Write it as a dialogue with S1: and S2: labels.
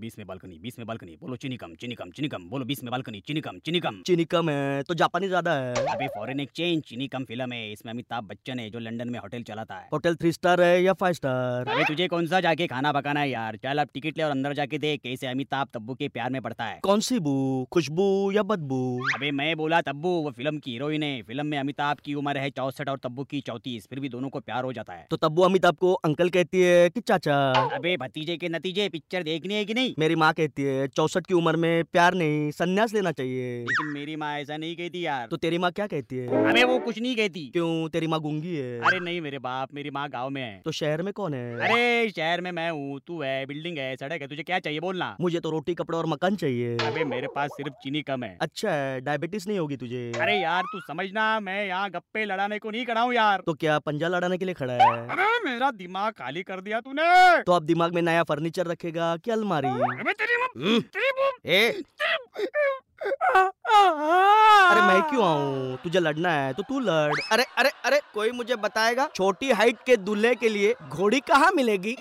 S1: बीस में बालकनी बीस में बालकनी बोलो चीनी कम चीनी कम चीनी कम बोलो बीस में बालकनी चीनी कम चीनी कम
S2: चीनी कम है तो जापानी ज्यादा है
S1: अभी फॉरेन एक्सचेंज चीनी कम फिल्म है इसमें अमिताभ बच्चन है जो लंदन में होटल चलाता है
S2: होटल थ्री स्टार है या फाइव स्टार
S1: अबे तुझे कौन सा जाके खाना पकाना है यार चल अब टिकट ले और अंदर जाके देख कैसे अमिताभ तब्बू के प्यार में पड़ता है
S2: कौन सी बू खुशबू या बदबू
S1: अबे मैं बोला तब्बू वो फिल्म की हीरोइन है फिल्म में अमिताभ की उम्र है चौसठ और तब्बू की चौतीस फिर भी दोनों को प्यार हो जाता है
S2: तो तब्बू अमिताभ को अंकल कहती है कि चाचा
S1: अबे भतीजे के नतीजे पिक्चर देखनी है कि नहीं
S2: मेरी माँ कहती है चौसठ की उम्र में प्यार नहीं संन्यास लेना चाहिए
S1: लेकिन मेरी माँ ऐसा नहीं कहती यार
S2: तो तेरी माँ क्या कहती है
S1: अबे वो कुछ नहीं कहती
S2: क्यों तेरी माँ गूंगी है
S1: अरे नहीं मेरे बाप मेरी माँ गाँव में है
S2: तो शहर में कौन है
S1: अरे शहर में मैं हूँ तू है बिल्डिंग है सड़क है तुझे क्या चाहिए बोलना
S2: मुझे तो रोटी कपड़ा और मकान चाहिए
S1: अबे मेरे पास सिर्फ चीनी कम है
S2: अच्छा है डायबिटीज नहीं होगी तुझे
S1: अरे यार तू समझना मैं यहाँ गप्पे लड़ाने को नहीं खड़ा हूँ यार
S2: तो क्या पंजा लड़ाने के लिए खड़ा है
S1: अरे मेरा दिमाग खाली कर दिया तूने
S2: तो आप दिमाग में नया फर्नीचर रखेगा कि अलमारी
S1: अबे तेरी मम-
S2: हम्म,
S1: तेरी मम-
S2: ए अरे मैं
S1: हाँ।
S2: क्यों आऊँ तुझे लड़ना है तो तू लड़ अरे अरे अरे कोई मुझे बताएगा छोटी हाइट के दूल्हे के लिए घोड़ी कहाँ मिलेगी